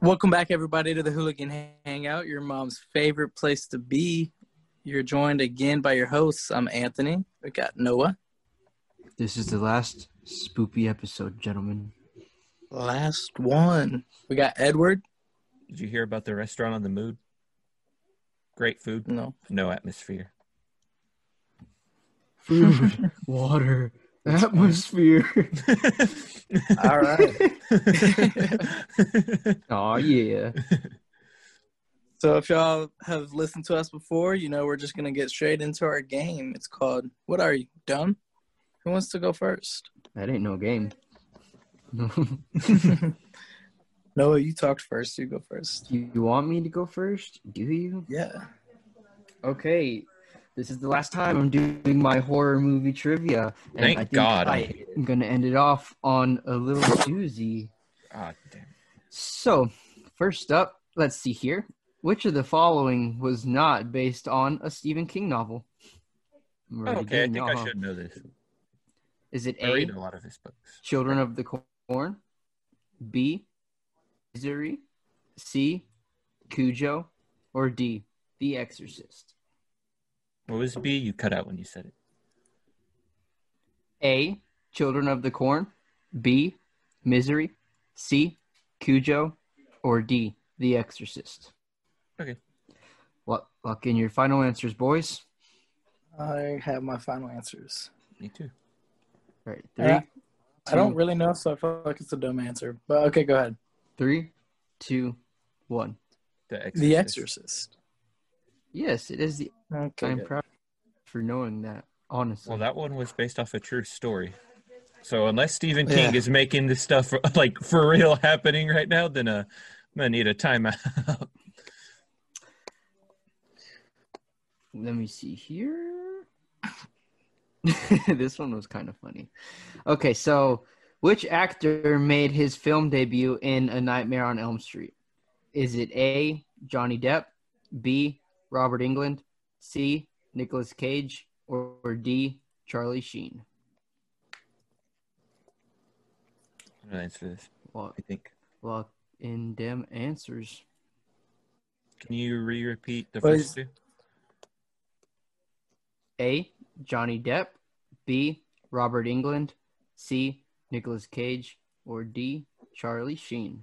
Welcome back, everybody, to the Hooligan Hangout, your mom's favorite place to be. You're joined again by your hosts. I'm Anthony. We got Noah. This is the last spoopy episode, gentlemen. Last one. We got Edward. Did you hear about the restaurant on the mood? Great food, No. no atmosphere. Food, water, atmosphere. All right. Oh yeah. so, if y'all have listened to us before, you know we're just going to get straight into our game. It's called What Are You, Dumb? Who wants to go first? That ain't no game. Noah, you talked first. You go first. you you want me to go first? Do you? Yeah. Okay. This is the last time I'm doing my horror movie trivia. and Thank I think God. I am gonna end it off on a little doozy. Ah, damn. So, first up, let's see here. Which of the following was not based on a Stephen King novel? I'm already okay, I doing think y'all, I huh? should know this. Is it I A, read a lot of his books. Children of the Corn? B, Misery? C, Cujo? Or D, The Exorcist? What was B? You cut out when you said it. A, Children of the Corn? B, Misery? C, Cujo? Or D, The Exorcist? Okay. Luck, luck in your final answers, boys. I have my final answers. Me too. All right, All three, right. I don't two, really know, so I feel like it's a dumb answer. But okay, go ahead. three, two, one. The Exorcist. The Exorcist. Yes, it is the. Okay. I'm good. proud for knowing that. Honestly, Well, that one was based off a true story. So unless Stephen King Yeah. is making this stuff like for real happening right now, then uh, I'm gonna need a timeout. let me see here. this one was kind of funny. Okay, so which actor made his film debut in A Nightmare on Elm Street? Is it A. Johnny Depp, B. Robert England, C. Nicolas Cage, or, or D. Charlie Sheen? I'm gonna answer this. Lock, I think. lock in them answers. Can you re-repeat the What first is- two? A. Johnny Depp. B. Robert England. C. Nicolas Cage. Or D. Charlie Sheen.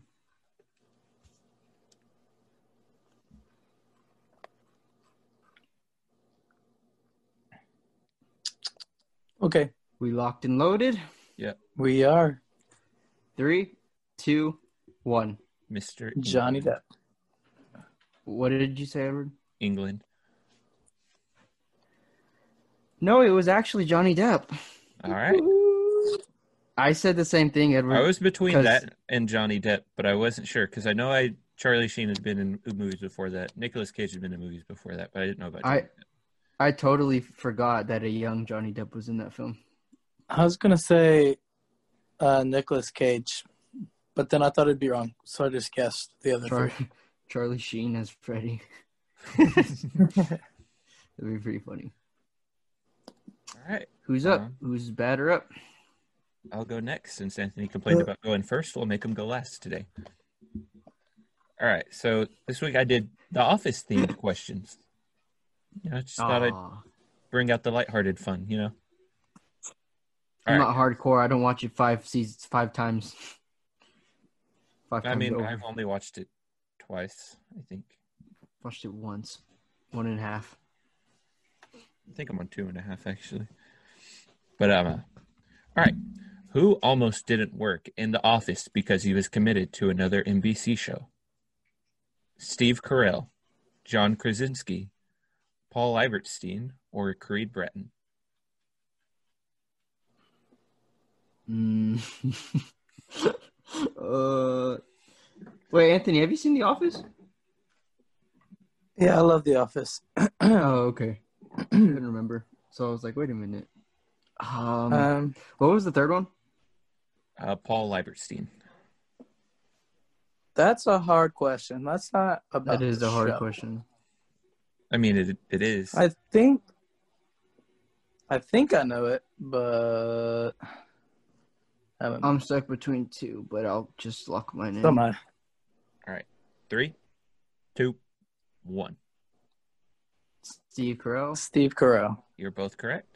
Okay. We locked and loaded. We are Three, two, one. Mr. Johnny England. Depp. What did you say, Edward? England. No, it was actually Johnny Depp. All right. I said the same thing, Edward. I was between 'Cause- that and Johnny Depp, but I wasn't sure because I know I Charlie Sheen has been in movies before that. Nicolas Cage has been in movies before that, but I didn't know about. I- Johnny Depp. I totally forgot that a young Johnny Depp was in that film. I was gonna say uh Nicolas Cage, but then I thought it'd be wrong, so I just guessed the other Char- three. Charlie Sheen as Freddy. That'd be pretty funny. All right, Who's up? Um, Who's batter up? I'll go next since Anthony complained Uh, about going first. We'll make him go last today. All right, so this week I did the office themed questions. You know, I just thought I'd Aw. bring out the lighthearted fun. You know. I'm All not hardcore. I don't watch it five seasons, five times. Five I times mean, over. I've only watched it twice. I think. watched it once, one and a half. I think I'm on two and a half actually. But um, uh, all right. Who almost didn't work in the office because he was committed to another NBC show? Steve Carell, John Krasinski, Paul Ibertstein, or Creed Bratton? Mm. uh, wait, Anthony, have you seen The Office? Yeah, I love The Office. oh, okay. I couldn't remember, so I was like, wait a minute. Um, Um what was the third one? Uh, Paul Ibertstein. that's a hard question. That's not about That is the a hard show. question. I mean, it it is. I think I think I know it, but I haven't Um, I'm stuck between two, but I'll just lock mine in. don't mind. Three, two, one. Steve Carell. Oh, Steve Carell. You're both correct.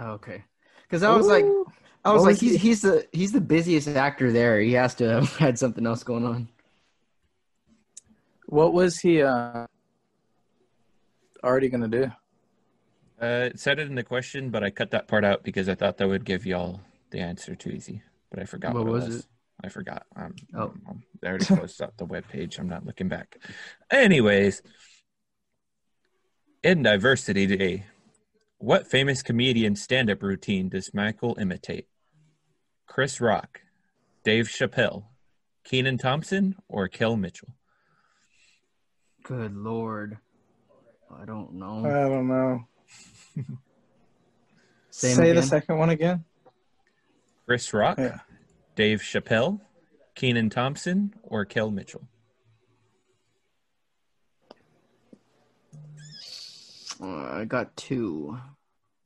Okay. Because I was like, Ooh. I was What like, was he's he- he's the he's the busiest actor there. He has to have had something else going on. what was he uh, already gonna do? Uh, it said it in the question, but I cut that part out because I thought that would give y'all the answer too easy. But I forgot what, What was it was. it? I forgot. Um, Oh. um, I already closed out the web page. I'm not looking back. Anyways, in Diversity Day, what famous comedian stand-up routine does Michael imitate? Chris Rock, Dave Chappelle, Keenan Thompson, or Kel Mitchell? Good lord. I don't know. I don't know. Same Say the again? second one again. Chris Rock, Yeah. Dave Chappelle, Keenan Thompson, or Kel Mitchell? Uh, I got two.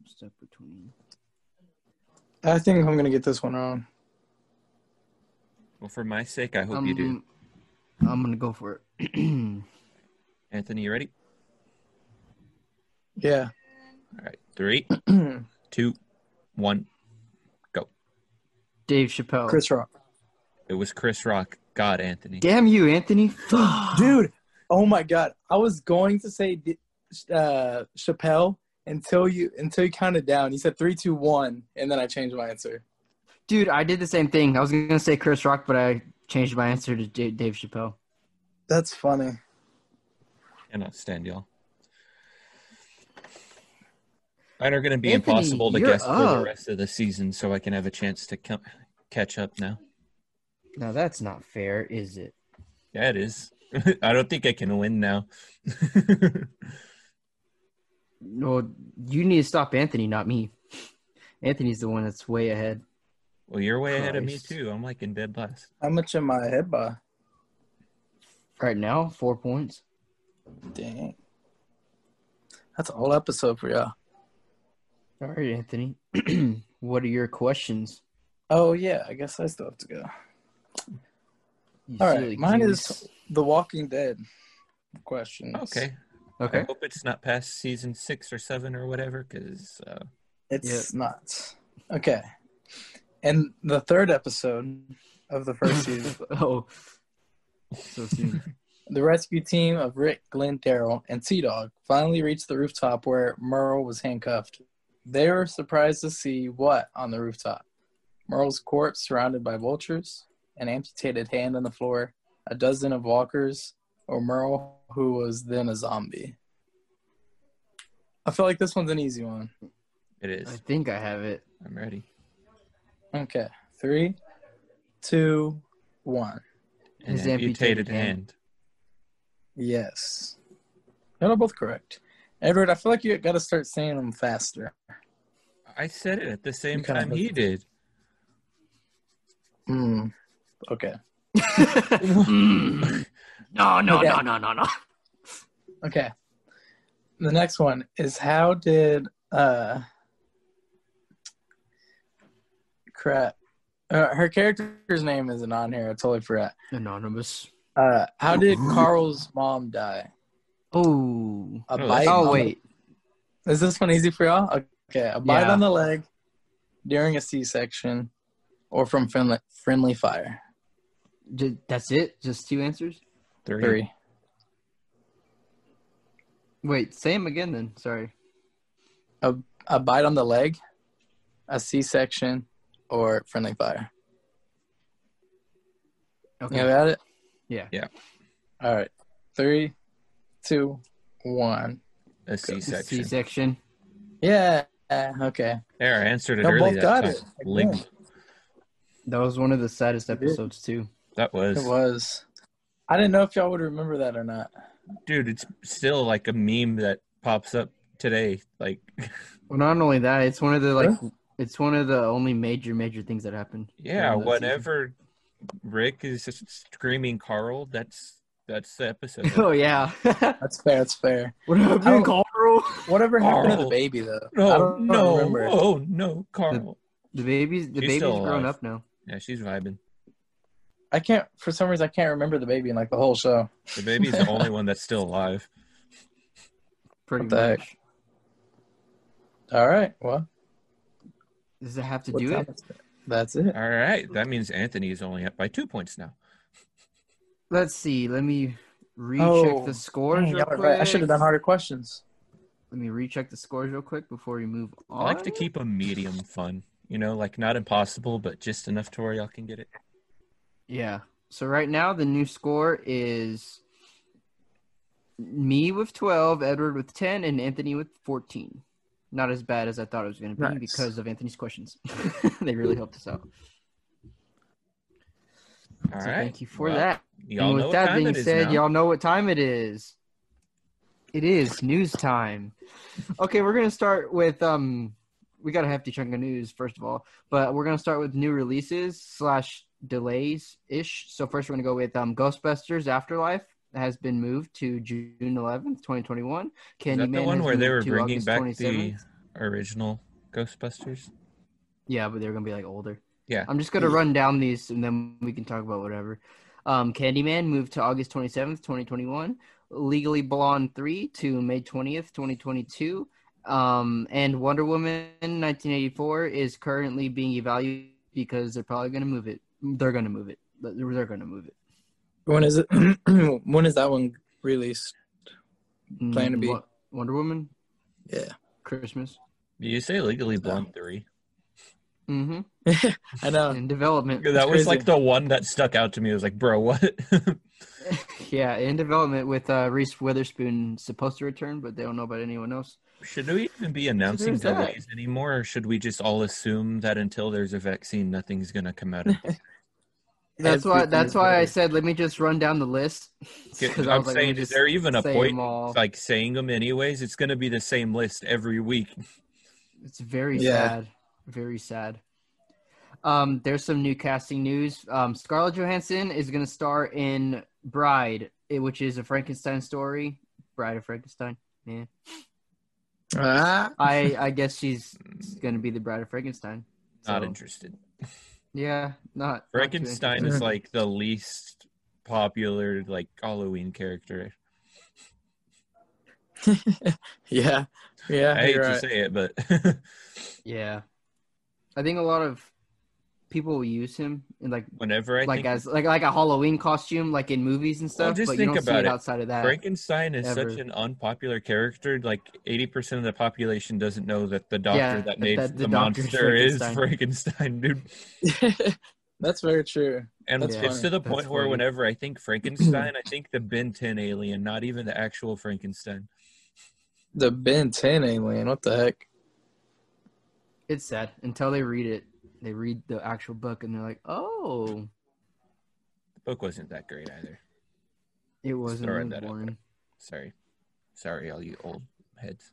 Step between. I think I'm gonna get this one wrong. Well, for my sake, I hope Um, you do. I'm gonna go for it. Anthony, you ready? Yeah. All right. Three, two, one. Dave Chappelle. Chris Rock. It was Chris Rock. God, Anthony. Damn you, Anthony. Fuck. Dude, oh my god. I was going to say uh, Chappelle until you until you counted down. You said three, two, one, and then I changed my answer. Dude, I did the same thing. I was gonna say Chris Rock, but I changed my answer to Da- Dave Chappelle. That's funny. Cannot stand y'all. Mine are going to be Anthony, impossible to you're guess for the up. rest of the season, so I can have a chance to come, catch up now. Now that's not fair, is it? Yeah, it is. I don't think I can win now. Well, you need to stop Anthony, not me. Anthony's the one that's way ahead. well, you're way ahead of me Christ. too. I'm like in dead last. How much am I ahead by? Right now, four points. Dang. That's a whole episode for y'all. All right, Anthony. what are your questions? Oh yeah, I guess I still have to go. You All right, silly mine goose. is- The Walking Dead question. Okay. I okay. hope it's not past season six or seven or whatever, because uh, It's nuts. Okay. And the third episode of the first season, oh, so soon. the rescue team of Rick, Glenn, Daryl, and Sea Dog finally reached the rooftop where Merle was handcuffed. They were surprised to see what on the rooftop? Merle's corpse surrounded by vultures, an amputated hand on the floor, a dozen of walkers, or Merle, who was then a zombie. I feel like this one's an easy one. it I is. think I have it. I'm ready. Okay. Three, two, one. An His amputated amputated hand. hand. Yes. Y'all are both correct. Edward, I feel like you got to start saying them faster. I said it at the same You kinda time hooked he did. Hmm. Okay. Mm. no, no, Okay. no, no, no, no. Okay. The next one is how did uh crap uh, her character's name isn't on here. I totally forgot. Anonymous. Uh, how did Carl's mom die? Oh. A Oh, bite. on Oh the- wait. Is this one easy for y'all? Okay, a bite Yeah. on the leg during a C-section, or from friendly friendly fire. Ju- that's it. Just two answers. Three. Three. Wait. Same again then. Sorry. A bite on the leg, a C-section, or friendly fire. Okay. You got it. Yeah. Yeah. All right. Three, two, one. A C section. C-section. Yeah. Okay. There, I answered it Y'all early both that got time. it. Again. Link. That was one of the saddest You did. episodes too. That was, It was. I didn't know if y'all would remember that or not. dude. It's still like a meme that pops up today. Like, Well, not only that, it's one of the like, it's one of the only major major things that happened. yeah, during that whenever Rick is just screaming Carl, that's that's the episode. season. Oh yeah. That's fair. That's fair. what happened, Carl? Whatever happened to Carl. the baby though? I no, don't no, remember. oh no, Carl. The baby's the She's baby's still grown alive. up now. Yeah, she's vibing. I can't. For some reason, I can't remember the baby in like the whole show. The baby's the only one that's still alive. Pretty What the heck? much. All right. Well, Does it have to what do time it? is That's it. All right, that means Anthony is only up by two points now. Let's see. Let me recheck Oh, the scores. Dang, real y'all are right. I should have done quick. harder questions. Let me recheck the scores real quick before we move on. I like to keep a medium fun. You know, like not impossible, but just enough to where y'all can get it. Yeah. So right now the new score is me with 12, Edward with 10, and Anthony with 14. Not as bad as I thought it was going to be Nice. because of Anthony's questions. they really helped us out. All so right. thank you for Well, that. and Y'all know with what that time being it is said, now. y'all know what time it is. It is news time. Okay, we're going to start with um we got a hefty chunk of news first of all, but we're going to start with new releases slash delays ish. So first we're going to go with um Ghostbusters Afterlife has been moved to June 11th, 2021. Is Candyman that the one has where they moved to were bringing August back 27th. the original Ghostbusters? Yeah, but they're gonna be like older. Yeah. I'm just gonna Yeah. run down these and then we can talk about whatever. Um, Candyman moved to August 27th, 2021. Legally Blonde 3 to May 20th, 2022. Um, and Wonder Woman 1984 is currently being evaluated because they're probably gonna move it. They're gonna move it. They're they're gonna move it. When is it? when is that one released? Plan to Mm, be. Wo- Wonder Woman Yeah. Christmas. You say Legally Blonde 3. Mm-hmm. I know. In development. That crazy. was like the one that stuck out to me. I was like, bro, what? yeah, in development with uh, Reese Witherspoon supposed to return, but they don't know about anyone else. should we even be announcing there's that. delays anymore, or should we just all assume that until there's a vaccine, nothing's going to come out? of it? That's why. Everything That's is why I better. said let me just run down the list. 'Cause I I'm was like, let me saying, is just there even a say point them all. like saying them anyways? It's going to be the same list every week. It's very Yeah. sad. Very sad. Um, there's some new casting news. Um, Scarlett Johansson is going to star in Bride, eh, which is a Frankenstein story. Bride of Frankenstein. Yeah. Ah, I I guess she's going to be the Bride of Frankenstein. Not So, interested. Yeah, not not too Frankenstein interested. is interesting. like the least popular like Halloween character. yeah, yeah. I hate you're to right. say it, but Yeah, I think a lot of people use him in like whenever I like think as like like a Halloween costume, like in movies and stuff. just but think you don't see about it it. outside of that. Frankenstein is ever. such an unpopular character, like eighty percent of the population doesn't know that the doctor Yeah, that that- made that the, the doctor's monster is Frankenstein. Frankenstein, dude. That's very true. And That's it's funny. to the That's point where funny. whenever I think Frankenstein, I think the Ben Ten alien, not even the actual Frankenstein. The Ben 10 alien. What the heck? It's sad until they read it. They read the actual book and they're like, "Oh, The book wasn't that great either. it wasn't throwing really that out boring." Sorry, sorry, all you old heads.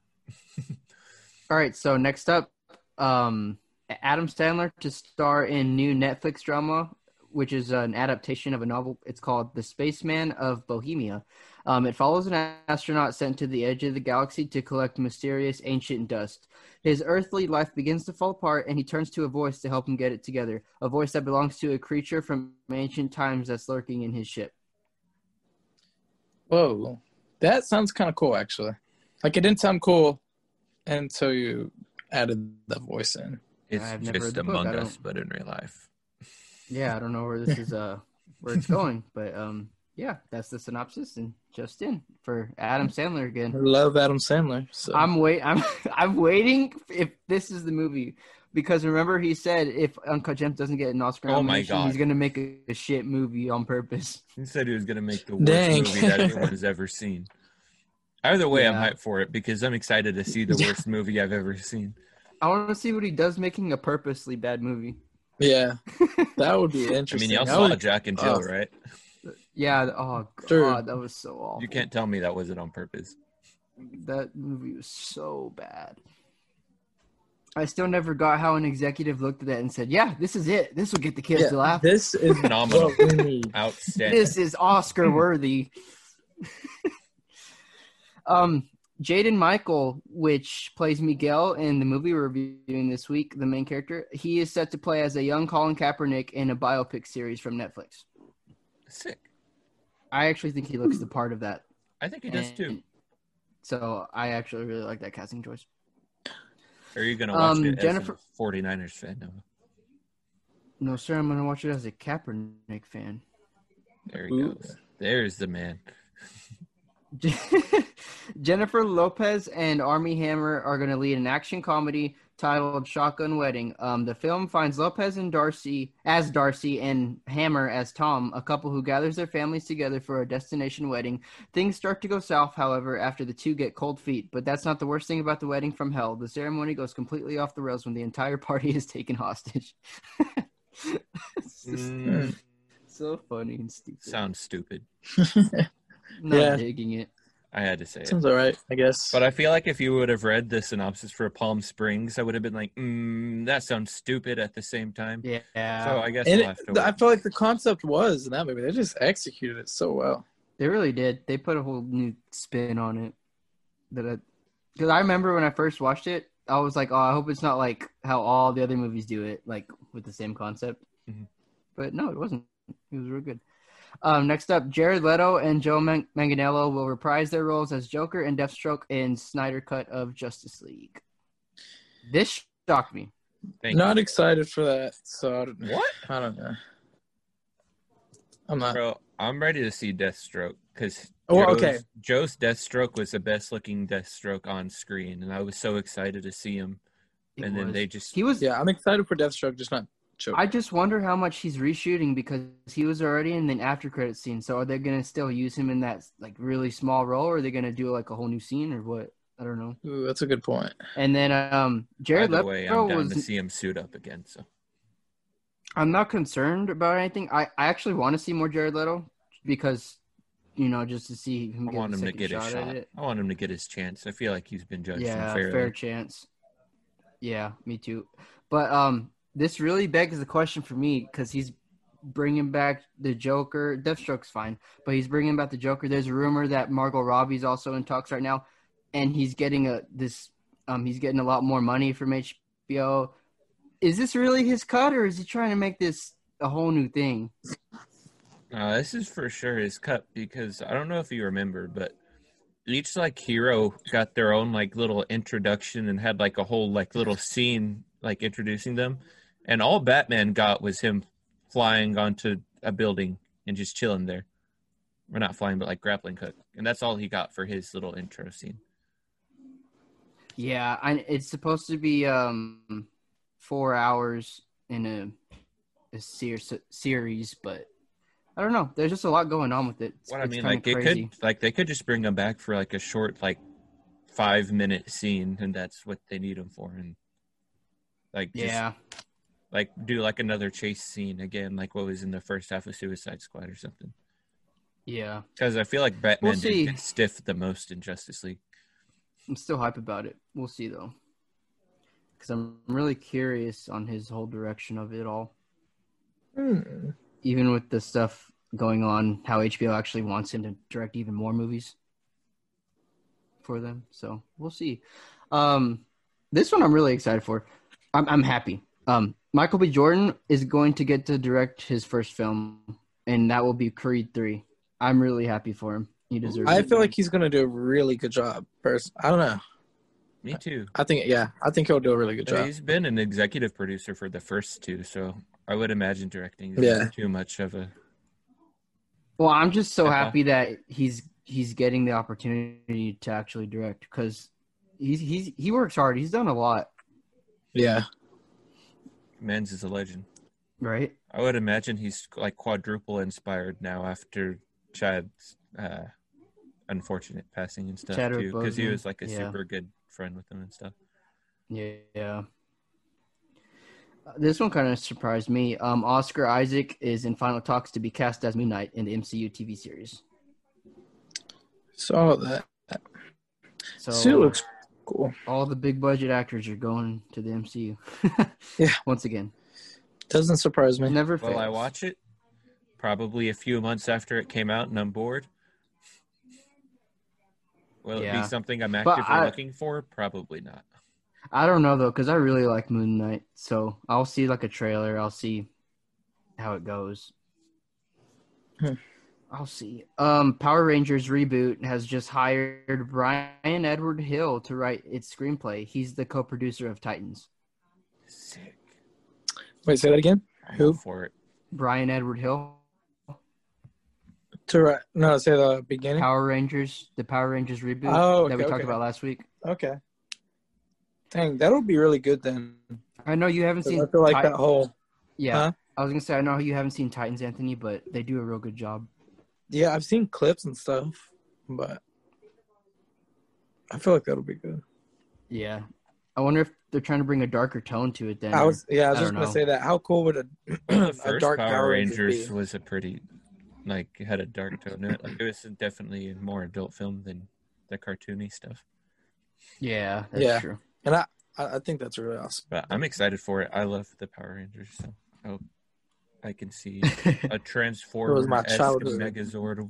All right, so next up, um, Adam Sandler to star in new Netflix drama, which is an adaptation of a novel. It's called The Spaceman of Bohemia. Um, it follows an astronaut sent to the edge of the galaxy to collect mysterious ancient dust. His earthly life begins to fall apart, and he turns to a voice to help him get it together. A voice that belongs to a creature from ancient times that's lurking in his ship. Whoa. That sounds kind of cool, actually. Like, it didn't sound cool until you added the voice in. It's I've never read just the book, Among I Us, but in real life. Yeah, I don't know where this is uh where it's going, but um yeah, that's the synopsis and just in for Adam Sandler I again. love Adam Sandler. So. I'm wait I'm I'm waiting if this is the movie because remember he said if Uncut Gems doesn't get an Oscar Oh my nomination, God. he's going to make a, a shit movie on purpose. He said he was going to make the worst Dang. movie that anyone's ever seen. Either way, I'm Yeah. hyped for it because I'm excited to see the worst movie I've ever seen. I want to see what he does making a purposely bad movie. yeah, that would be I mean, interesting. y'all That saw would- Jack and Jill, Oh. right? yeah, oh god, Sure. that was so awful. You can't tell me that wasn't on purpose. That movie was so bad. I still never got how an executive looked at that and said, "Yeah, this is it. This will get the kids yeah, to laugh. This, This is Phenomenal. what we need. Outstanding. is Oscar worthy." um, Jaden Michael, which plays Miguel in the movie we're reviewing this week, the main character, he is set to play as a young Colin Kaepernick in a biopic series from Netflix. Sick. I actually think he looks the part of that. I think he does too. And- So I actually really like that casting choice. Are you gonna watch um, it Jennifer- as a 49ers fan? Noah? No, sir, I'm gonna watch it as a Kaepernick fan. There he Ooh. goes. There's the man. Jennifer Lopez and Army Hammer are going to lead an action comedy titled Shotgun Wedding. Um, the film finds Lopez and Darcy as Darcy and Hammer as Tom, a couple who gathers their families together for a destination wedding. Things start to go south, however, after the two get cold feet. But that's not the worst thing about the wedding from hell. The ceremony goes completely off the rails when the entire party is taken hostage. It's just Mm, so funny and stupid. sounds stupid. not Yeah. digging it. I had to say it. Sounds all right, I guess. But I feel like if you would have read the synopsis for Palm Springs, I would have been like, mm, that sounds stupid at the same time. Yeah. So I guess and we'll it, have to th- I wait. feel like the concept was in that movie. They just executed it so well. They really did. They put a whole new spin on it. That I, because I remember when I first watched it, I was like, "Oh, I hope it's not like how all the other movies do it, like with the same concept." Mhm. But no, it wasn't. It was real good. Um, next up, Jared Leto and Joe Man- Manganiello will reprise their roles as Joker and Deathstroke in Snyder Cut of Justice League. This shocked me. Thank not excited for that, so I don't, you. What? I don't know. I'm not. Bro, I'm ready to see Deathstroke because Oh, okay. Joe's Deathstroke was the best looking Deathstroke on screen, and I was so excited to see him. It and then was- they just he was Yeah, I'm excited for Deathstroke, just not Joker. I just wonder how much he's reshooting because he was already in the after credit scene. So are they gonna still use him in that like really small role, or are they gonna do like a whole new scene or what? I don't know. Ooh, that's a good point. And then um, Jared by the way, Leto I'm down to was. see him suit up again. So I'm not concerned about anything. I I actually want to see more Jared Leto because you know just to see him I get, want the him to second get his shot at shot. it. I want him to get his chance. I feel like he's been judged Yeah, unfairly. fair chance. Yeah, me too. But um, this really begs the question for me because he's bringing back the Joker. Deathstroke's fine, but he's bringing back the Joker. There's a rumor that Margot Robbie's also in talks right now, and he's getting a this um he's getting a lot more money from HBO. Is this really his cut, or is he trying to make this a whole new thing? Uh, this is for sure his cup because I don't know if you remember, but each like hero got their own like little introduction and had like a whole like little scene like introducing them, and all Batman got was him flying onto a building and just chilling there. We're not flying, but like grappling hook, and that's all he got for his little intro scene. Yeah, I, it's supposed to be um four hours in a a ser- series, but I don't know. There's just a lot going on with it. It's, What I it's mean, kinda like it could like they could just bring him back for like a short like five minute scene, and that's what they need him for, and like just yeah, like do like another chase scene again, like what was in the first half of Suicide Squad or something. yeah. Because I feel like Batman We'll did see. get stiff the most in Justice League. I'm still hype about it. We'll see though, because I'm really curious on his whole direction of it all. Hmm. Even with the stuff going on, how HBO actually wants him to direct even more movies for them. So we'll see. Um, this one I'm really excited for. I'm, I'm happy. Um, Michael B. Jordan is going to get to direct his first film, and that will be Creed Three. I'm really happy for him. He deserves. I it. feel like he's gonna do a really good job. First, I don't know. Me Uh, too. I think yeah, I think he'll do a really good job. He's been an executive producer for the first two, so I would imagine directing is Yeah. not too much of a. Well, I'm just so Okay. happy that he's he's getting the opportunity to actually direct because he's he's he works hard. He's done a lot, Yeah, Men's is a legend. right? I would imagine he's like quadruple inspired now after Chad's uh, unfortunate passing and stuff Chadwick too, because he Boseman, was like a yeah. super good friend with him and stuff. Yeah. yeah. Uh, This one kind of surprised me. Um, Oscar Isaac is in final talks to be cast as Moonlight in the MCU TV series. saw that. So Suit looks cool. all the big budget actors are going to the MCU. Yeah. Once again, Doesn't surprise it me. never fails. Will I watch it? Probably a few months after it came out, and I'm bored. Will it Yeah. be something I'm But actively I- looking for? Probably not. I don't know though, because I really like Moon Knight. So I'll see like a trailer. I'll see how it goes. Hmm. I'll see. Um, Power Rangers reboot has just hired Brian Edward Hill to write its screenplay. He's the co-producer of Titans. Sick. Wait, say that again. I'm Who? all for it. Brian Edward Hill, To right? No, say the beginning. Power Rangers, the Power Rangers reboot Oh, that we okay, okay. talked about last week. Okay. Dang, that'll be really good then. I know you haven't 'Cause seen. I feel like Ti- that whole. Yeah, Huh? I was gonna say I know you haven't seen Titans, Anthony, but they do a real good job. Yeah, I've seen clips and stuff, but I feel like that'll be good. Yeah, I wonder if they're trying to bring a darker tone to it. Then I or- was yeah, I was I just don't gonna know. say that. How cool would a, The a first dark Power, Rangers Rangers be? was a pretty, like, it had a dark tone to it. Like, it was definitely a more adult film than the cartoony stuff. yeah, that's Yeah. true. And I, I I think that's really awesome. But I'm excited for it. I love the Power Rangers, so I hope I can see a Transformer my childhood. Megazord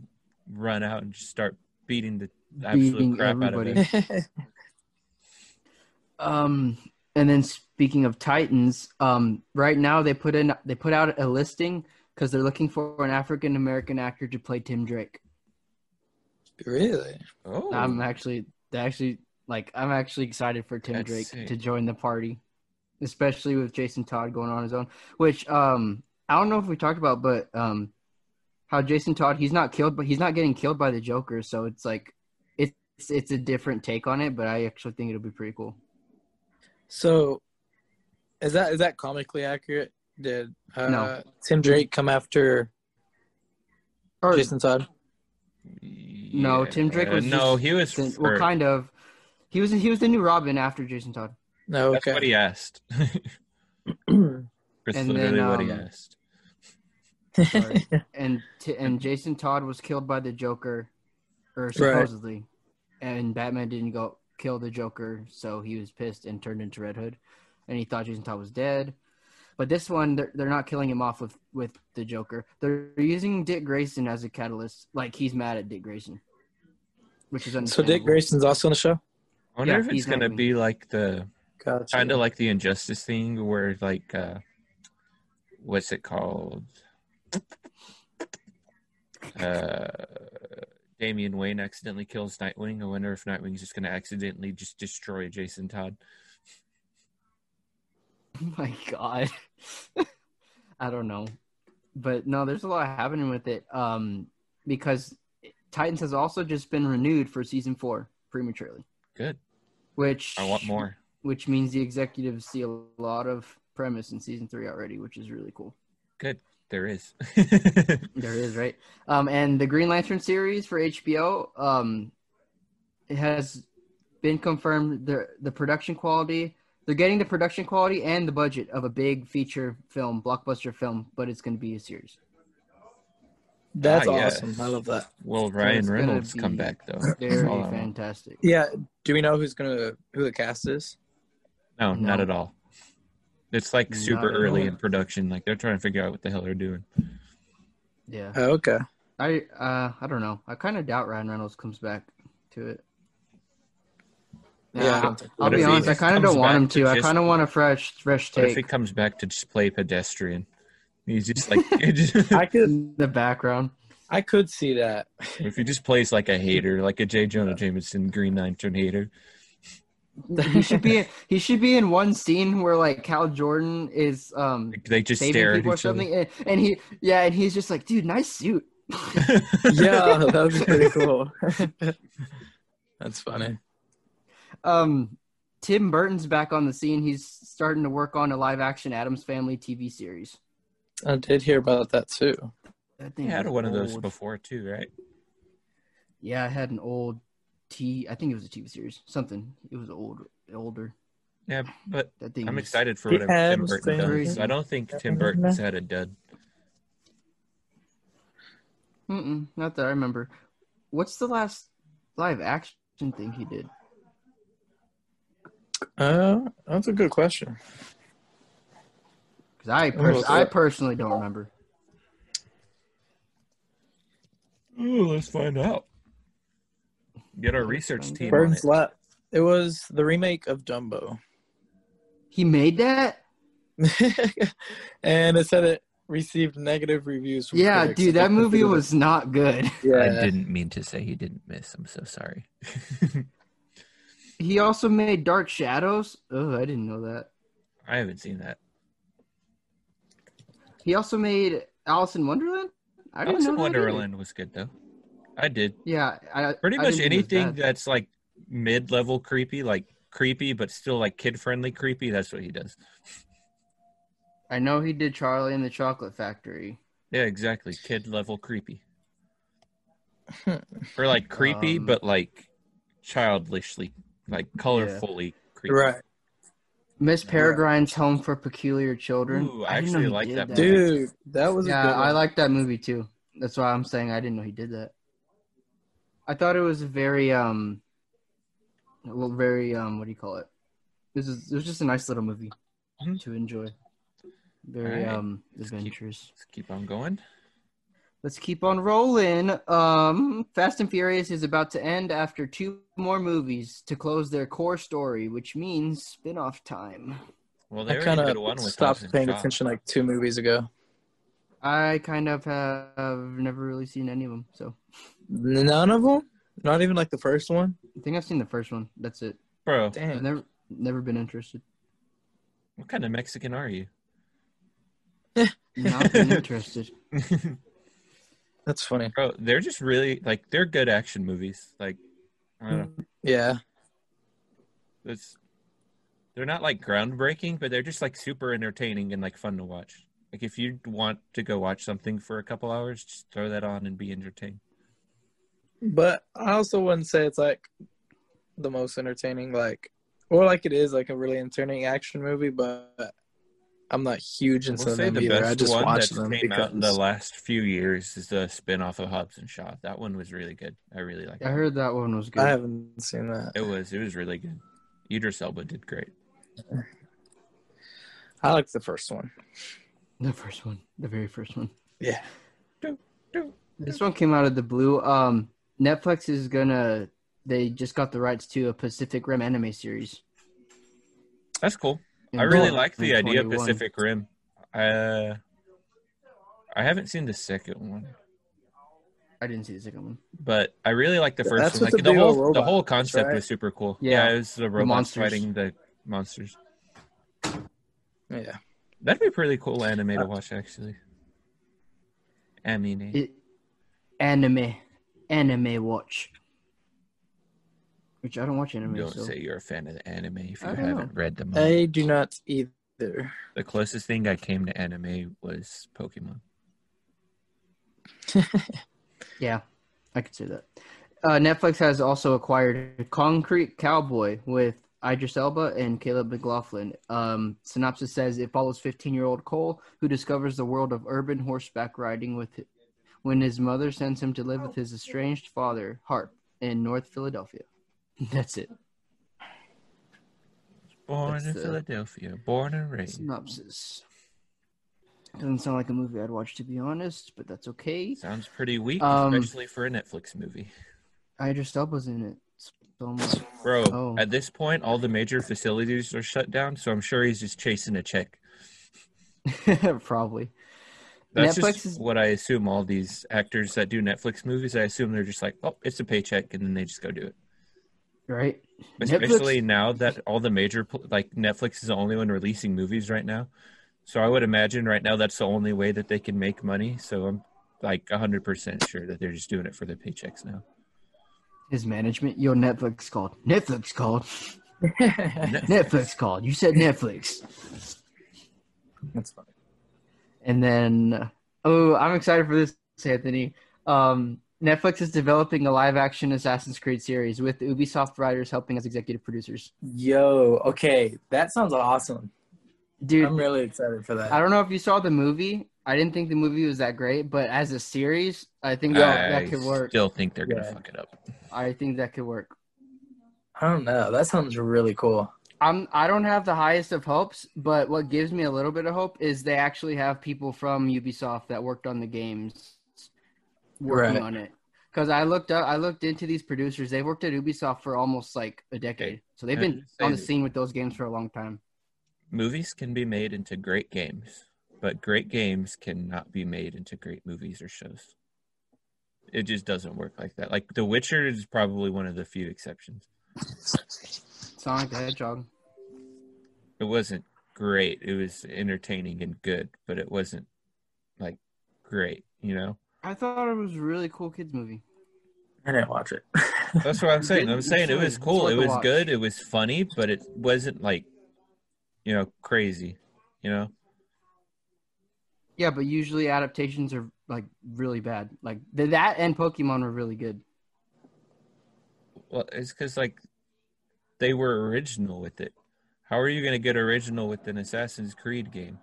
run out and just start beating the absolute Beating crap out of everybody. it. Um, and then speaking of Titans, um, right now they put in they put out a listing because they're looking for an African American actor to play Tim Drake. really? Oh, I'm actually they actually like I'm actually excited for Tim That's Drake sick. to join the party, especially with Jason Todd going on his own. Which um, I don't know if we talked about, but um, how Jason Todd he's not killed, but he's not getting killed by the Joker, so it's like it's it's a different take on it. But I actually think it'll be pretty cool. So, is that is that comically accurate? Did uh, No. Tim Drake come after Or- Jason Todd? no, Tim Drake was no, just- he was Then- for, well, kind of. He was he was the new Robin after Jason Todd. No. that's what Okay. he asked. That's And literally then, what he um, asked. Sorry. and t- and Jason Todd was killed by the Joker, or supposedly, and Batman didn't go kill the Joker, so he was pissed and turned into Red Hood, and he thought Jason Todd was dead. But this one, they're, they're not killing him off with with the Joker. They're using Dick Grayson as a catalyst, like he's mad at Dick Grayson, which is so understandable. Dick Grayson's also on the show. I wonder yeah, if it's he's gonna Nightwing. be like the Gotcha. kind of like the injustice thing where like uh what's it called uh damian wayne accidentally kills nightwing i wonder if nightwing's just gonna accidentally just destroy jason todd Oh my god. I don't know. But no, there's a lot happening with it. Um because Titans has also just been renewed for season four prematurely. good Which i want more Which means the executives see a lot of premise in season three already, which is really cool. there is There is, right? Um and the Green Lantern series for HBO, um it has been confirmed the the production quality they're getting the production quality and the budget of a big feature film, blockbuster film, but it's going to be a series. That's Ah, yes. awesome. I love that. will it's ryan gonna reynolds come be back though That's Very all I want. fantastic. Yeah. Do we know who's gonna who the cast is? no not No. at all it's like Not super at early all. in production like they're trying to figure out what the hell they're doing Yeah. Oh, okay. I uh I don't know. I kind of doubt Ryan Reynolds comes back to it. Yeah. I don't think- I'll What if be he honest. I just kind of comes don't want back him to to. I just- kind of want a fresh, fresh What if he take comes back to just play pedestrian? He's just like, it just- I could in the background. I could see that. if he just plays like a hater, like a J. Jonah Jameson Green Lantern hater. he should be. He should be in one scene where like Cal Jordan is um Like, They just saving stare at people or each other. something, and, and he yeah, and he's just like, dude, nice suit. yeah, that would be pretty cool. That's funny. um Tim Burton's back on the scene. He's starting to work on a live action Adams Family TV series. I did hear about that too. That They thing had is one of those old. before too, right? Yeah, I had an old T. I think it was a TV series, something. It was old, older. Yeah, but That thing. I'm was- excited for The whatever Tim Adams Burton Family. does. I don't think Tim Burton's had a dud. Mm-mm, not that I remember. What's the last live action thing he did? Uh, that's a good question. Because I, gonna pers- look it I up. personally don't remember. Ooh, let's find out. Get our Let's research find team on it. Burton's Lap. It was the remake of Dumbo, He made that. and it said it received negative reviews. From Yeah, critics. dude, that movie was not good. Yeah, I didn't mean to say he didn't miss. I'm so sorry. He also made Dark Shadows. Oh, I didn't know that. I haven't seen that. He also made Alice in Wonderland. I didn't Alice know in that either. Wonderland was good though. I did Yeah, I, pretty I didn't think much it was anything bad. that's like mid-level creepy, like creepy but still like kid-friendly creepy. That's what he does. I know he did Charlie and the Chocolate Factory. Yeah, exactly. Kid level creepy. or like creepy, Um, but like childishly, like colorfully creepy. right, Miss Peregrine's Home for Peculiar Children. Ooh, I didn't know actually he like did that movie. dude, that was a yeah, good one. I like that movie too. That's why I'm saying I didn't know he did that. I thought it was very um, well, very um, what do you call it? This is it was just a nice little movie Mm-hmm. Mhm. to enjoy. Very Alright, um keep- adventurous. Let's keep on going. Let's keep on rolling. Um, Fast and Furious is about to end after two more movies to close their core story, which means spin-off time. Well, they I already did kind one of with stopped Hobbs paying and Shaw. attention like two movies ago. I kind of have never really seen any of them, so None of them. Not even like the first one. I think I've seen the first one. That's it. Bro, I've Damn. never never been interested. what kind of Mexican are you? Not been interested. That's funny. Bro, they're just really like they're good action movies. Like, I don't know. Yeah. It's, they're not like groundbreaking, but they're just like super entertaining and like fun to watch. Like, if you want to go watch something for a couple hours, just throw that on and be entertained. But I also wouldn't say it's like the most entertaining, like, or like it is like a really entertaining action movie, but I'm not huge into We'll say them the either. best I just one watch that them came out in the because last few years is the spin-off of Hobbs and Shaw. That one was really good. I really like I it. heard that one was I good. haven't seen that. It was it was really good. Idris Elba did great. I like the first one. The first one, the very first one. Yeah. This one came out of the blue. Um, Netflix is gonna. They just got the rights to a Pacific Rim anime series. That's cool. in I really March like the idea of 2021. Pacific Rim. Uh, I haven't seen the second one, I didn't see the second one. but I really like the Yeah, first that's one. with Like the the, big whole old the robots, whole concept right? was super cool. Yeah. Yeah, it was the robots monsters. fighting the monsters. Yeah. That'd be a pretty cool anime to watch, actually. I mean, Uh, It, anime, anime watch. Which I don't watch anime. don't so. say you're a fan of the anime if you I don't haven't know. read them. all. I do not either. The closest thing I came to anime was Pokemon. Yeah, I could say that. Uh, Netflix has also acquired Concrete Cowboy with Idris Elba and Caleb McLaughlin. Um, synopsis says it follows 15-year-old Cole who discovers the world of urban horseback riding with when his mother sends him to live with his estranged father, Harp, in North Philadelphia. That's it. Born That's, in uh, Philadelphia, born and raised. Synopsis. Doesn't sound like a movie I'd watch, to be honest, but that's okay. Sounds pretty weak, Um, especially for a Netflix movie. Idris Elba's in it. So much. Bro, Oh. at this point, all the major facilities are shut down, so I'm sure he's just chasing a check. Probably. That's Netflix just is- what I assume all these actors that do Netflix movies, I assume they're just like, oh, it's a paycheck, and then they just go do it. Right? Especially now that all the major, pl- like Netflix is the only one releasing movies right now. So I would imagine right now that's the only way that they can make money. So I'm like 100% sure that they're just doing it for their paychecks now. His management, yo, Netflix called. Netflix called. Net- Netflix called. You said Netflix. That's funny. And then, oh, I'm excited for this, Anthony. Um, Netflix is developing a live action Assassin's Creed series with Ubisoft writers helping as executive producers. Yo, okay. That sounds awesome. Dude, I'm really excited for that. I don't know if you saw the movie. I didn't think the movie was that great, but as a series, I think that, I that could work. still think they're going to Yeah. fuck it up. I think that could work. I don't know. That sounds really cool. I'm I don't have the highest of hopes, but what gives me a little bit of hope is they actually have people from Ubisoft that worked on the games working Right. on it. Because I looked up, I looked into these producers. They worked at Ubisoft for almost like a decade, so they've been Yeah, on the same. scene with those games for a long time. Movies can be made into great games. but great games cannot be made into great movies or shows. It just doesn't work like that. Like The Witcher is probably one of the few exceptions. Sonic the Hedgehog. It wasn't great. It was entertaining and good, but it wasn't like great, you know? I thought it was a really cool kids movie. I didn't watch it. That's what I'm saying. I'm It's saying it fun. was It's cool. worth It a was watch. good. It was funny, but it wasn't like, you know, crazy, you know? Yeah, but usually adaptations are like really bad. Like th- that and Pokemon were really good. Well, it's because like they were original with it. How are you going to get original with an Assassin's Creed game?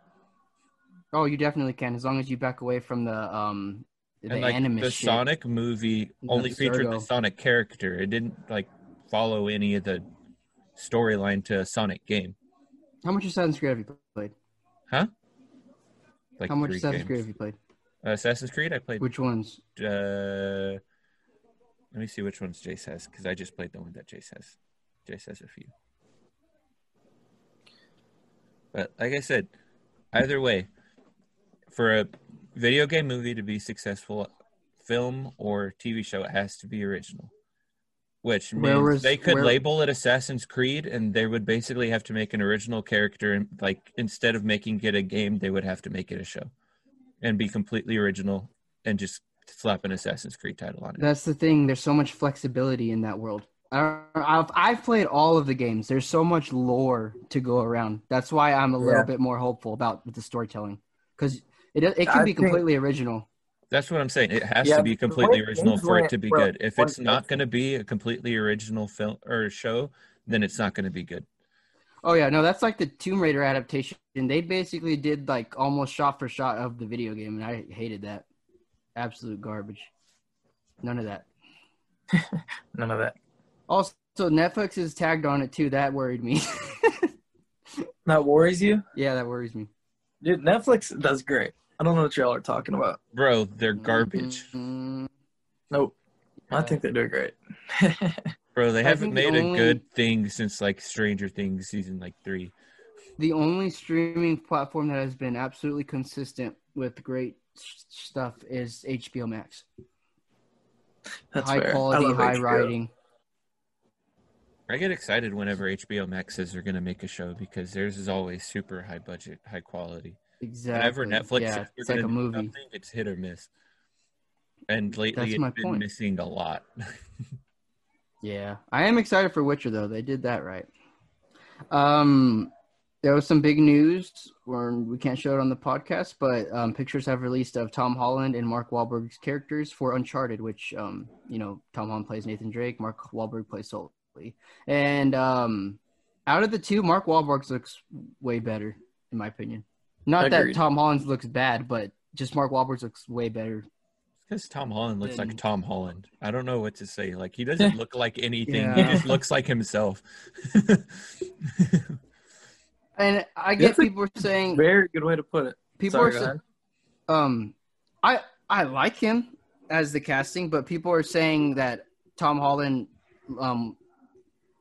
Oh, you definitely can as long as you back away from the um the and like anime the shit. Sonic movie And only the featured the Absurdo. Sonic character. It didn't like follow any of the storyline to a Sonic game. How much Assassin's Creed have you played? Like How much three Assassin's games. Creed have you played? Assassin's Creed. I played. Which ones? Uh, let me see which ones Jace has because I just played the one that Jace has. Jace has a few. But like I said, either way, for a video game movie to be successful, film or TV show, it has to be original. Which Where means was- they could where- label it Assassin's Creed, and they would basically have to make an original character. And like instead of making it a game, they would have to make it a show, and be completely original, and just slap an Assassin's Creed title on it. That's the thing. There's so much flexibility in that world. I don't, I've, I've played all of the games. There's so much lore to go around. That's why I'm a little Yeah. bit more hopeful about the storytelling because it it can I be think- completely original. That's what I'm saying. It has Yeah, to be completely what original games for it went to be from good. If it's one not person? going to be a completely original film or show, then it's not going to be good. Oh yeah, no, that's like the Tomb Raider adaptation. They basically did like almost shot for shot of the video game, and I hated that. Absolute garbage. None of that. None of that. Also, Netflix is tagged on it too. That worried me. That worries you? yeah, that worries me. Dude, Netflix does great. I don't know what y'all are talking about. Bro, they're Mm-hmm. garbage. Mm, Nope. I yeah. think they do great. Bro, they I think haven't made the a only- good thing since like Stranger Things season like 3. the only streaming platform that has been absolutely consistent with great s- stuff is HBO Max. That's high fair. I quality, love high HBO. writing. I get excited whenever HBO Max says they're going to make a show because theirs is always super high budget, high quality. Exactly. Whenever Netflix yeah, says they're it's like a gonna do movie. something, it's hit or miss. And lately That's it's my been point. missing a lot. Yeah, I am excited for Witcher though. They did that right. Um, there was some big news, or we can't show it on the podcast, but um, pictures have released of Tom Holland and Mark Wahlberg's characters for Uncharted, which um, you know, Tom Holland plays Nathan Drake, Mark Wahlberg plays Sully, and um, out of the two, Mark Wahlberg's looks way better in my opinion. Not Agreed. that Tom Holland's looks bad, but just Mark Wahlberg's looks way better. Because Tom Holland looks like Then- Tom Holland. I don't know what to say. Like he doesn't look like anything. Yeah. He just looks like himself. And I get That's a people are saying Very good way to put it. people Sorry, are go sa- ahead. um i i like him as the casting but people are saying that tom holland um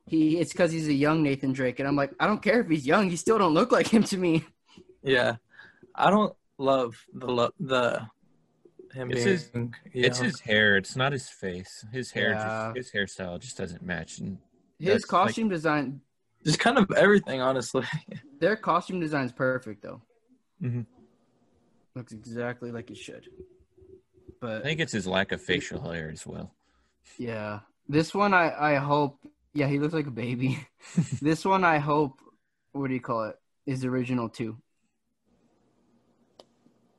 he it's because he's a young nathan drake and i'm like i don't care if he's young you still don't look like him to me Yeah, I don't love the lo- the him It's his- being. It's young. his hair. It's not his face. His hair, Yeah. just, his hairstyle just doesn't match. And his That's like- costume design just kind of everything, honestly. their costume design's perfect though Mhm. looks exactly like it should I but think it's his lack of facial hair as well. Yeah. This one I I hope yeah, he looks like a baby. this one I hope what do you call it? Is original too.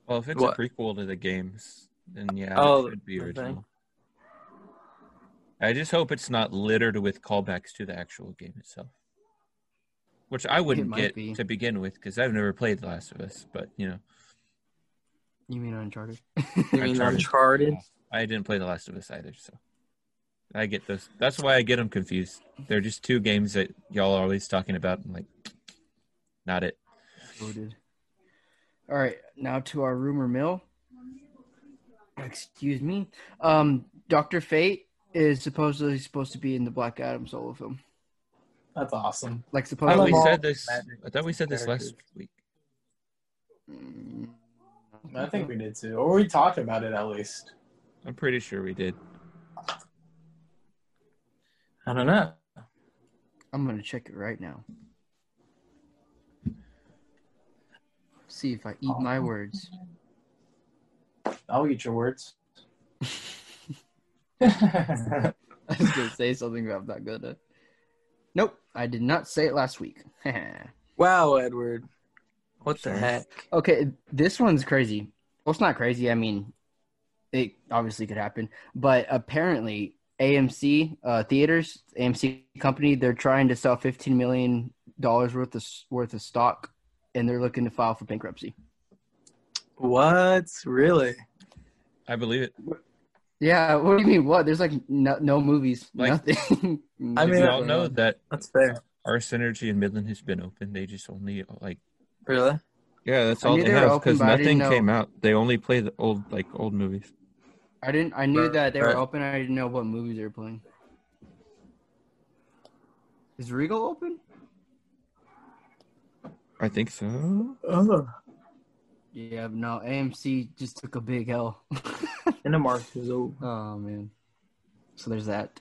Well, if it's What? a prequel to the games, then yeah, Oh, it should be okay. original. I just hope it's not littered with callbacks to the actual game itself, which I wouldn't might get be. to begin with because I've never played The Last of Us. But you know, You mean Uncharted? You mean Uncharted. Uncharted? I didn't play The Last of Us either, so I get those. That's why I get them confused. They're just two games that y'all are always talking about. and like, not it. Voted. All right, now to our rumor mill. Excuse me. Um Dr. Fate is supposedly supposed to be in the Black Adam solo film. That's awesome. Like I thought supposedly we love all said this. magic I thought we said this last characters. week. Mm, I think we did too. Or we talked about it at least. I'm pretty sure we did. I don't know. I'm gonna check it right now. See if I eat my words. I'll eat your words. I was gonna say something, but I'm not gonna. Nope, I did not say it last week. Wow, Edward. What the Sorry. heck? okay, this one's crazy. Well, it's not crazy. I mean, it obviously could happen, but apparently AMC uh, theaters, AMC company, they're trying to sell 15 million dollars worth of worth of stock, and they're looking to file for bankruptcy. What? Really? I believe it. Yeah, what do you mean? What? There's like no, no movies, Like- nothing. I I mean, mean, we all know that That's fair. our synergy in Midland has been open. They just only like Really? yeah, that's I all knew they they were have open, because but I didn't nothing know- came out. They only play the old like old movies. I didn't. I knew Right, that they right. were open. I didn't know what movies they were playing. Is Regal open? I think so. Oh. Yeah, but no. AMC just took a big L. Cinemark is open. oh man. So there's that.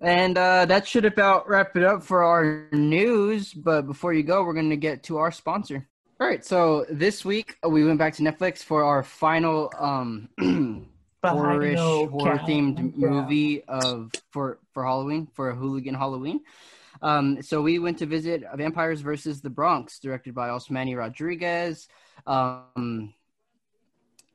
And uh, that should about wrap it up for our news. But before you go, we're going to get to our sponsor. All right. So this week uh, we went back to Netflix for our final um, horror-ish, horror-themed movie of for for Halloween for a hooligan Halloween. Um, so we went to visit Vampires versus the Bronx, directed by Osmani Rodriguez. Um,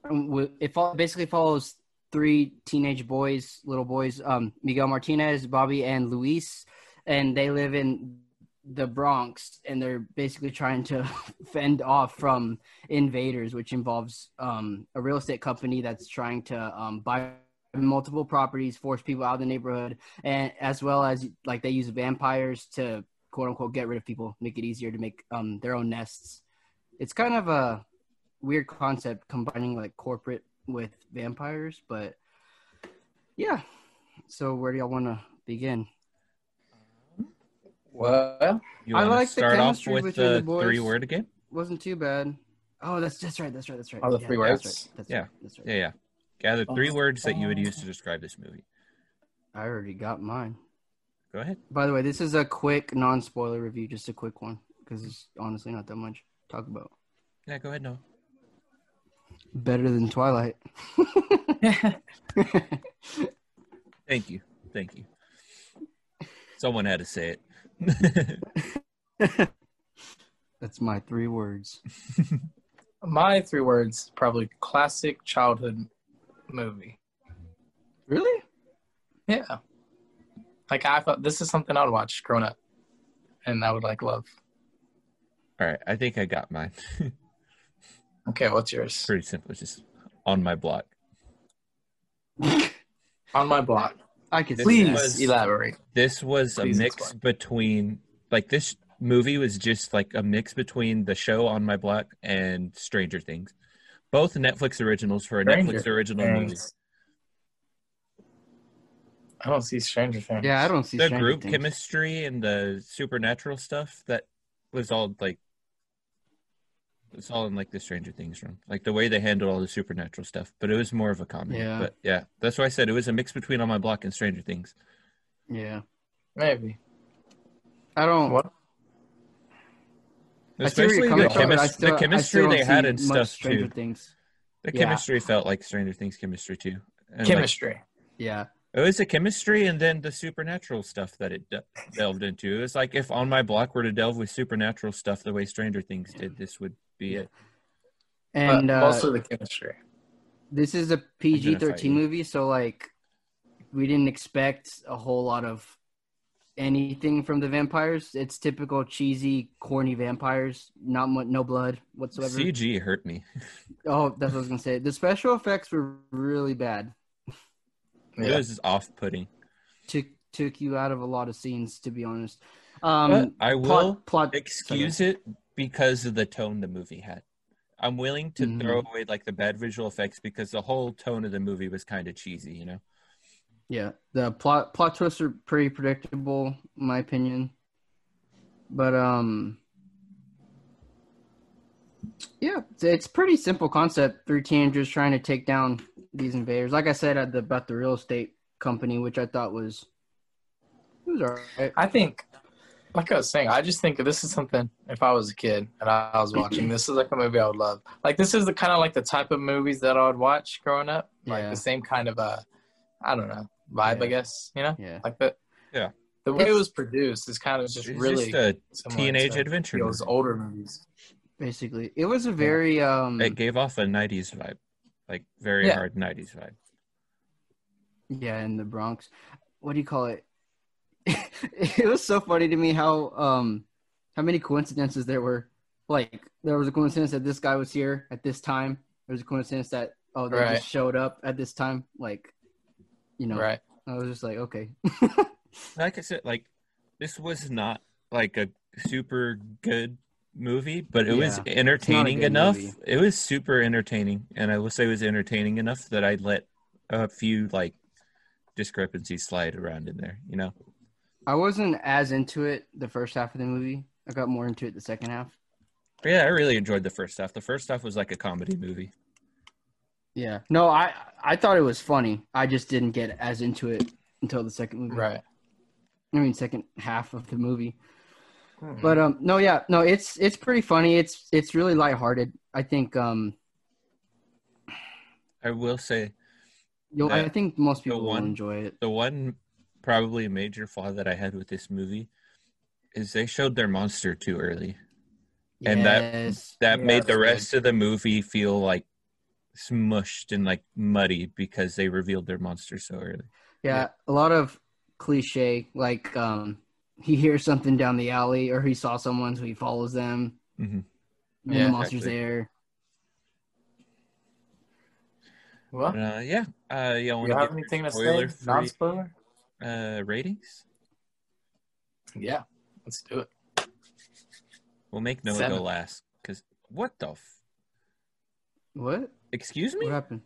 w- it fol- basically follows three teenage boys, little boys, um, Miguel Martinez, Bobby, and Luis, and they live in the Bronx, and they're basically trying to fend off from invaders, which involves um, a real estate company that's trying to um, buy multiple properties, force people out of the neighborhood, and as well as like they use vampires to quote unquote get rid of people, make it easier to make um, their own nests. It's kind of a weird concept combining like corporate with vampires, but yeah. So where do y'all want to begin? Well, You I want like to the start off chemistry with between the the boys. three word again? Wasn't too bad. Oh, that's that's right. That's right. That's right. Oh, the three words? That's right. That's Yeah. Right, that's right. Yeah, yeah. Gather three Oh. words that you would use to describe this movie. I already got mine. Go ahead. By the way, this is a quick non spoiler review, just a quick one, because it's honestly not that much to talk about. Yeah, go ahead. No. Better than Twilight. Thank you. Thank you. Someone had to say it. That's my three words. my three words probably classic childhood movie. Really? Yeah. Like I thought this is something I'd watch growing up, and I would like love. All right. I think I got mine. Okay, what's yours? Pretty simple. It's just on my block. On my block. I could see Please was- elaborate. This was a Please mix explain. between, like, this movie was just like a mix between the show on my block and Stranger Things. Both Netflix originals for a Stranger Netflix original movie. I don't see Stranger Things. that. Yeah, I don't see the Stranger group Things. chemistry and the supernatural stuff that was all like it's all in like the Stranger Things room, like the way they handled all the supernatural stuff. But it was more of a comedy. Yeah. But yeah, that's why I said it was a mix between On My Block and Stranger Things. Yeah. Maybe. I don't. What? I see where you're Especially the, coming from, but I chemis- still- the I chemistry still they don't had see and much stuff Stranger too. Things. The yeah. chemistry felt like Stranger Things chemistry too. And, like, Chemistry. Yeah. It was the chemistry and then the supernatural stuff that it de- delved into. It was like if On My Block were to delve with supernatural stuff the way Stranger Things did, this would be it. And but uh, most of the chemistry. this is a you. PG 13 movie, so like we didn't expect a whole lot of anything from the vampires. It's typical cheesy, corny vampires. Not mu- no blood whatsoever. CG hurt me. Oh, that's what I was gonna say. The special effects were really bad. It Yeah. was off putting. Took took you out of a lot of scenes, to be honest. Um, I plot, will plot excuse Uh, it because of the tone the movie had. I'm willing to Mm-hmm. Mhm. throw away like the bad visual effects because the whole tone of the movie was kind of cheesy, you know. Yeah, the plot plot twists are pretty predictable, in my opinion. But um, Yeah, it's, it's pretty simple concept. Three teenagers trying to take down these invaders. Like I said at the, about the real estate company, which I thought was it was all right. I think, like I was saying, I just think this is something. If I was a kid and I I was watching, this is like a movie I would love. Like this is the kind of like the type of movies that I would watch growing up. Like Yeah. the same kind of uh, I don't know vibe. Yeah. I guess you know, Yeah, like the Yeah. the way it was produced is kind of just It's really just a similar teenage to adventure those movie older movies. basically, it was a very um. that gave off a 90s vibe, like very Yeah. hard 90s vibe. Yeah, in the Bronx. What do you call it? it was so funny to me how um how many coincidences there were. Like there was a coincidence that this guy was here at this time. There was a coincidence that oh they Right. just showed up at this time. Like you know, Right. I was just like, okay. Like I said, like this was not like a super good movie, but it was Yeah, entertaining good enough. movie. It was super entertaining, and I will say it was entertaining enough that I let a few like discrepancies slide around in there. You know, I wasn't as into it the first half of the movie. I got more into it the second half. but yeah, I really enjoyed the first half. The first half was like a comedy movie. Yeah. No, I I thought it was funny. I just didn't get as into it until the second movie. Right. I mean second half of the movie. Hmm. But um Mm-hmm. no yeah, no it's it's pretty funny. It's it's really lighthearted. I think um I will say you'll I That- think most the people one- will enjoy it. the one probably major flaw that I had with this movie is they showed their monster too early. And that- yes. that Yeah, made that's the good. rest of the movie feel like smushed and like muddy because they revealed their monster so early. yeah, a lot of cliche like um he hears something down the alley or he saw someone so he follows them. And Mhm. Yeah, the monster's exactly. there. Well, Uh, yeah. Uh, yeah. you have anything to say? Non spoiler? uh, ratings? Yeah. Let's do it. We'll make Noah Seven. go last because what the f- What? excuse me? What happened?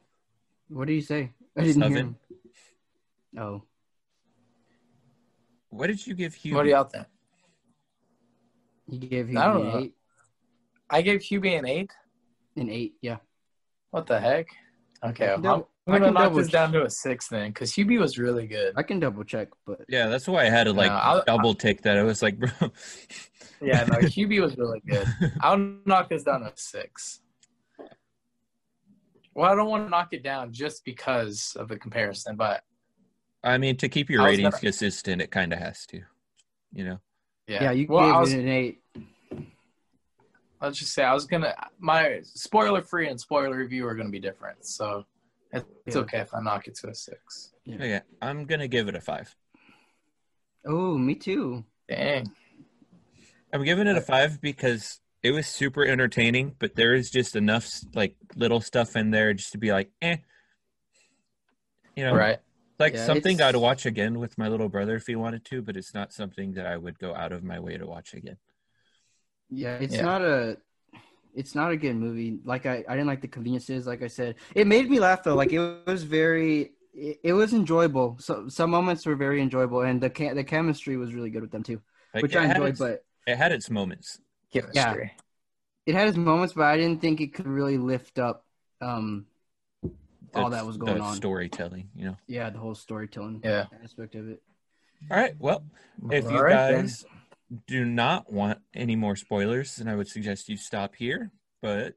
What did you say? I didn't hear Nothing. him. Oh. What did you give Hugh? What do y'all think? You gave him I don't an know. eight. I gave Hubie an eight. An eight, yeah. What the heck? Okay, I I'm can double- I gonna can knock double this ch- down to a six then, because Hubie was really good. I can double check, but Yeah, that's why I had to like No, I'll- double take that. I was like, bro. Yeah, no, Hubie was really good. I'll knock this down to a six. Well, I don't want to knock it down just because of the comparison, but I mean, to keep your I was ratings gonna- consistent, it kind of has to, you know. yeah, yeah, you well, I gave was, it an eight. let's just say I was gonna my spoiler free and spoiler review are gonna be different, so it's Yeah. okay if I knock it to a six. Yeah. Okay, I'm gonna give it a five. Oh, me too. Dang, I'm giving Uh, it a five because it was super entertaining, but there is just enough like little stuff in there just to be like, eh. You know, right? like Yeah, something it's- I'd watch again with my little brother if he wanted to, but it's not something that I would go out of my way to watch again. Yeah, it's Yeah. not a it's not a good movie. Like I, I didn't like the conveniences, like I said. It made me laugh though. Like it was very it, it was enjoyable. So some moments were very enjoyable and the ca- the chemistry was really good with them too. Like, which it I had enjoyed, its- but it had its moments. Chemistry. it had its moments, but I didn't think it could really lift up um all the- that was the going on. storytelling, you know. yeah, the whole storytelling Yeah. aspect of it. All right, well, if you All right, then. guys do not want any more spoilers, then I would suggest you stop here. But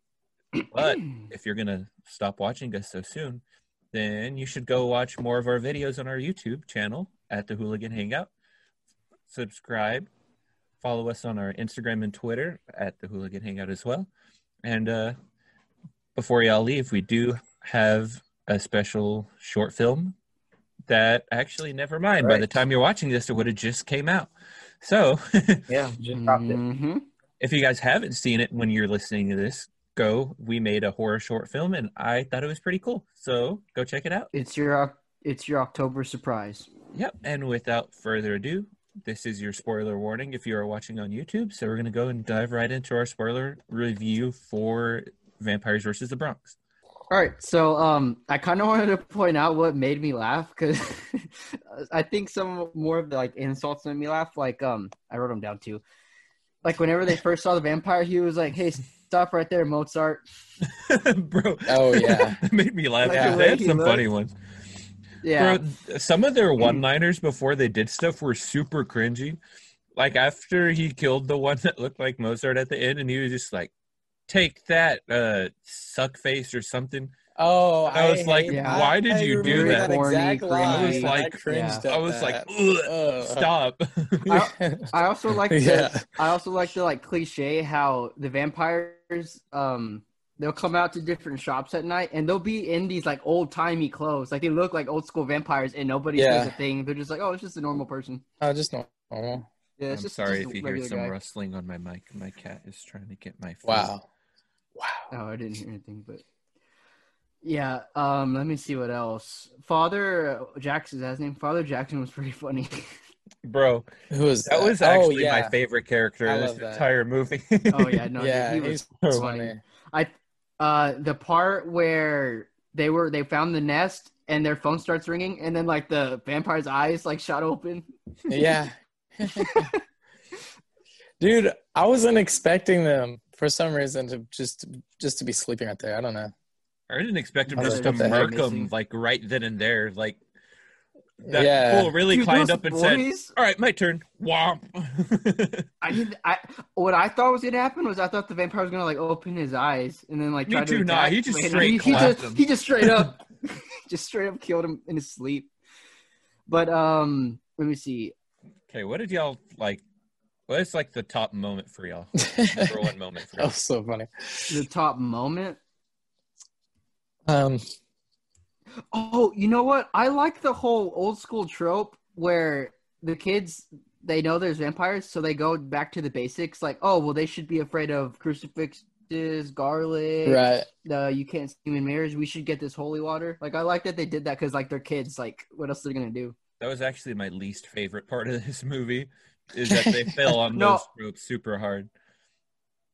but if you're gonna stop watching us so soon, then you should go watch more of our videos on our YouTube channel at the Hooligan Hangout. Subscribe, follow us on our Instagram and Twitter at the Hooligan Hangout as well. And uh, before y'all leave, we do have a special short film that actually, never mind. By the Right. time you're watching this, it would have just came out. So Yeah, just dropped it. Mhm. if you guys haven't seen it when you're listening to this, go. We made a horror short film, and I thought it was pretty cool. So go check it out. It's your Oc- it's your October surprise. Yep. And without further ado, this is your spoiler warning if you are watching on YouTube. So we're gonna go and dive right into our spoiler review for Vampires versus the Bronx. All right, so um, I kind of wanted to point out what made me laugh because I think some more of the like insults made me laugh. Like um, I wrote them down too. Like whenever they first saw the vampire, he was like, "Hey, Stop right there, Mozart. Bro. Oh, yeah. that made me laugh. Like Yeah, the they way had he some looked. funny ones. Yeah. Bro, th- some of their one-liners before they did stuff were super cringy. Like after he killed the one that looked like Mozart at the end, and he was just like, "Take that, uh, suck face or something." Oh, I was like, hate Yeah. "Why did I you do remember that?" Corny, exact cringy. line. I was like- cringed I at was like, that. Uh, "Ugh, Ugh. "Stop." I also like Yeah. the, I also like the like cliche how the vampires um they'll come out to different shops at night and they'll be in these like old timey clothes like they look like old school vampires and nobody Yeah. says a thing they're just like oh it's just a normal person oh, just normal. yeah I'm it's just sorry just a if you hear regular some guy. rustling on my mic. My cat is trying to get my food. Wow. Wow. no Oh, I didn't hear anything but yeah um let me see what else Father Jackson is that his name Father Jackson was pretty funny bro, Who is that was oh, actually yeah. my favorite character I in this love that. entire movie. oh yeah no dude, yeah, he was he's funny. funny. I uh the part where they were they found the nest and their phone starts ringing and then like the vampire's eyes like shot open. Yeah. Dude, I wasn't expecting them for some reason to just just to be sleeping out there. I don't know. I didn't expect him I was just to like, what the heck? murk him Amazing. like right then and there. Like that Yeah. fool really climbed up and said, said "All right, my turn." Womp. I did I what I thought was gonna happen was I thought the vampire was gonna like open his eyes and then like Me try to too, nah, attack he just him, and straight he, he clapped just him. he just straight up just straight up killed him in his sleep. But um let me see. okay, what did y'all like? What's like the top moment for y'all? Number one moment for That y'all. was so funny. The top moment. Um Oh, you know what? I like the whole old school trope where the kids they know there's vampires, so they go back to the basics. Like, oh, well, they should be afraid of crucifixes, garlic. right. Uh, you can't see in mirrors. We should get this holy water. Like, I like that they did that because like they're kids. Like, what else are they gonna do? That was actually my least favorite part of this movie. Is that they fell on No. those ropes super hard.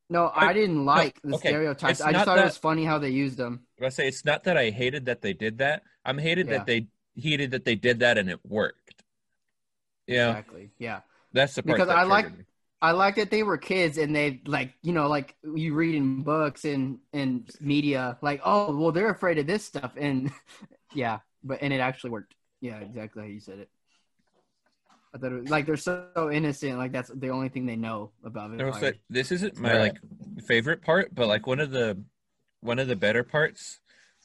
No, I, I- didn't like the okay, stereotypes. it's I not just thought that- it was funny how they used them. But I say it's not that I hated that they did that. I'm hated Yeah. that they hated that they did that and it worked. Yeah, Exactly. Yeah. that's the part Because that I like- triggered me. I like that they were kids and they like you know like you read in books and and media like oh well they're afraid of this stuff and yeah but and it actually worked yeah exactly how you said it I thought it was, like they're so, innocent like that's the only thing they know about No, so vampires. this isn't my Right. like favorite part, but like one of the one of the better parts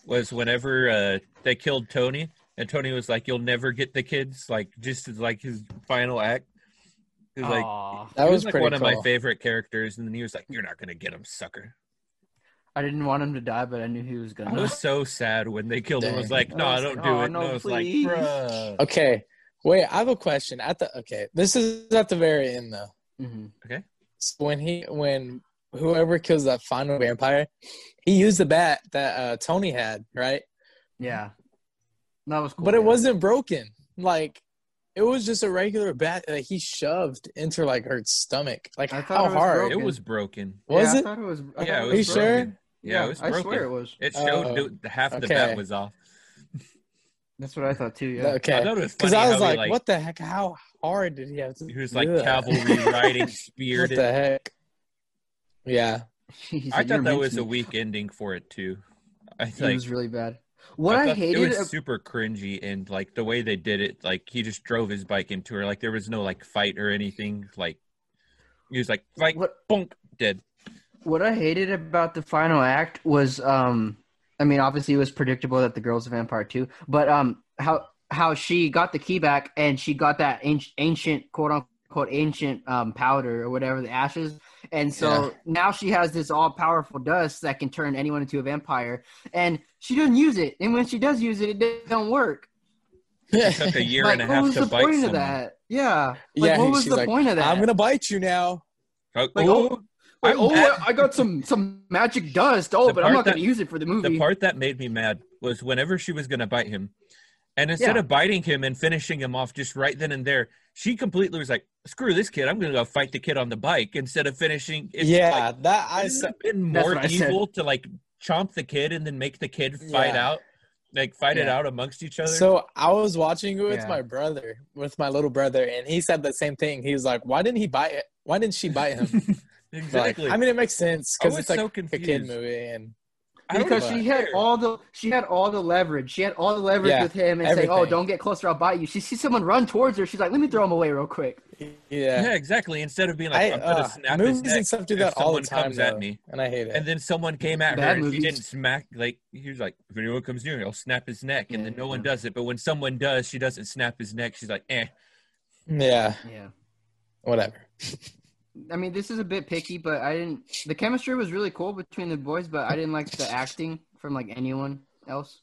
was whenever uh they killed Tony and Tony was like, You'll never get the kids, like just as like his final act. He was like Aw, That he was, was, like pretty one of my cool. favorite characters, and then he was like, You're not gonna get him, sucker. I didn't want him to die but I knew he was I gonna was so sad when they killed him. I was Dang. like, No, Uh-huh. I I was don't like, do "Aw, it. And no, I was like, please." Bruh. Okay. Wait, I have a question. At the okay, this is at the very end though. Mhm. So when he when whoever kills that final vampire, he used the bat that uh, Tony had, right? yeah that was cool But it yeah. wasn't broken. Like it was just a regular bat that he shoved into like her stomach. Like I thought how it was hard broken. It was broken. Yeah, was I it? thought it was I Yeah, thought it Are you was sure? broken. Yeah, it was I swear broken. it was It showed Oh, the- half the okay. bat was off. that's what I thought too yeah I Okay, thought it was because funny I was how he, like, what the heck? How hard did he have to? He was like do that? cavalry riding speared. What the heck? Yeah, He I said, "You're thought that was mentioned." a weak ending for it too. I It think was really bad. What I, thought it hated, was super cringy and like the way they did it, like he just drove his bike into her. Like there was no like fight or anything. Like he was like like what bonk dead. what I hated about the final act was, um, I mean, obviously it was predictable that the girl's a vampire too, but um, how how she got the key back and she got that ancient, ancient quote unquote ancient um powder or whatever the ashes, and so now she has this all powerful dust that can turn anyone into a vampire, and she doesn't use it, and when she does use it, it don't work. It took a year like, and a what half was to the bite point someone. of that? Yeah, like, Yeah, what was she's the like, point of that? I'm gonna bite you now. Like, Like, oh, oh, Like, I'm oh, mad. I got some some magic dust. Oh, The but I'm part not going to that- use it for the movie. the part that made me mad was whenever she was going to bite him and instead Yeah. of biting him and finishing him off just right then and there she completely was like screw this kid i'm going to go fight the kid on the bike instead of finishing it's yeah, like, that I wouldn't it said. have been That's more what I said. evil to like chomp the kid and then make the kid fight Yeah. out like fight it Yeah. out amongst each other So I was watching it with Yeah. my brother, with my little brother, and he said the same thing. He was like, "Why didn't he bite? Why didn't she bite him?" Exactly. I mean, it makes sense because I it's was like so a kid confused. movie, and I don't Because know. she had all the she had all the leverage. She had all the leverage Yeah, with him and say, "Oh, everything. don't get closer. I'll bite you." She sees someone run towards her. She's like, "Let me throw him away real quick." yeah. yeah, exactly. Instead of being like, I, I, am gonna uh, snap his movies neck, and stuff do if that all someone the time. comes at though, me. and I hate it. and then someone came at Bad her and she movies. didn't smack. Like he was like, if anyone comes near, I'll snap his neck, and then no one Yeah. does it. But when someone does, she doesn't snap his neck. She's like, eh. yeah, Yeah. whatever. I mean, this is a bit picky, but I didn't. The chemistry was really cool between the boys, but I didn't like the acting from like anyone else.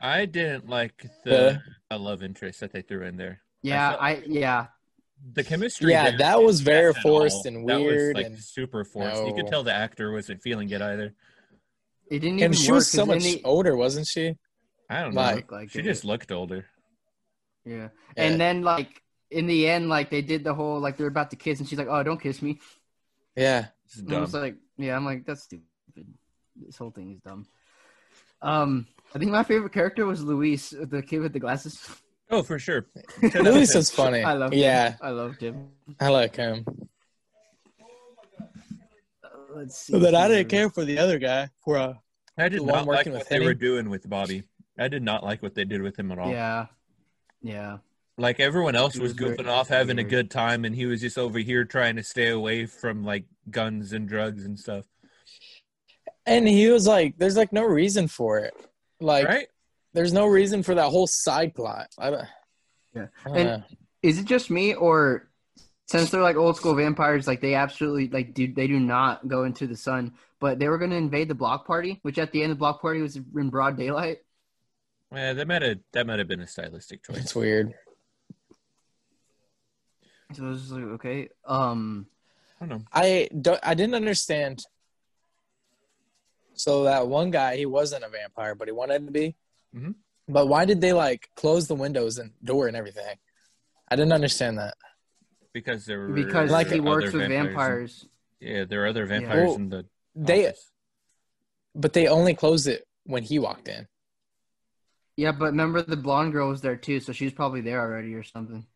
I didn't like the a love interest that they threw in there. Yeah, felt- I, yeah, The chemistry. Yeah, there that didn't was very match at forced all. and That was, weird like and- super forced. You could No. tell the actor wasn't feeling it either. it didn't even. And she work was so 'cause then much they- older, wasn't she? I don't know. Like- looked like she it. just looked older. yeah. Yeah. And then like in the end, like they did the whole like they're about to kiss, and she's like, "Oh, don't kiss me." Yeah, It's dumb. And I was like, "Yeah," I'm like, "That's stupid. This whole thing is dumb." Um, I think my favorite character was Luis, the kid with the glasses. oh, for sure. Luis is funny. I love. Yeah, Him. I loved him. I like him. Uh, let's see. But I didn't here. care for the other guy. For uh, I did The one not like working what with they Henny? were doing with Bobby. I did not like what they did with him at all. Yeah. Yeah. Like everyone else He was, was very goofing off, having a weird. good time, and he was just over here trying to stay away from like guns and drugs and stuff. and he was like, "There's like no reason for it. Like, right? there's no reason for that whole side plot." I don't. Yeah. I don't And- know. Is it just me or since they're like old school vampires, like they absolutely like do they do not go into the sun, but they were gonna invade the block party, which at the end of the block party was in broad daylight. Yeah, that might have that might have been a stylistic choice. it's weird. So I was just like, okay. Um I don't know. I don't. I didn't understand. So that one guy, he wasn't a vampire, but he wanted to be. Mhm. But why did they like close the windows and door and everything? I didn't understand that. Because there were because Like, he other works with in- vampires. Yeah, there are other Yeah. vampires Well, in the They, office. but they only closed it when he walked in. Yeah, but remember the blonde girl was there too, so she was probably there already or something.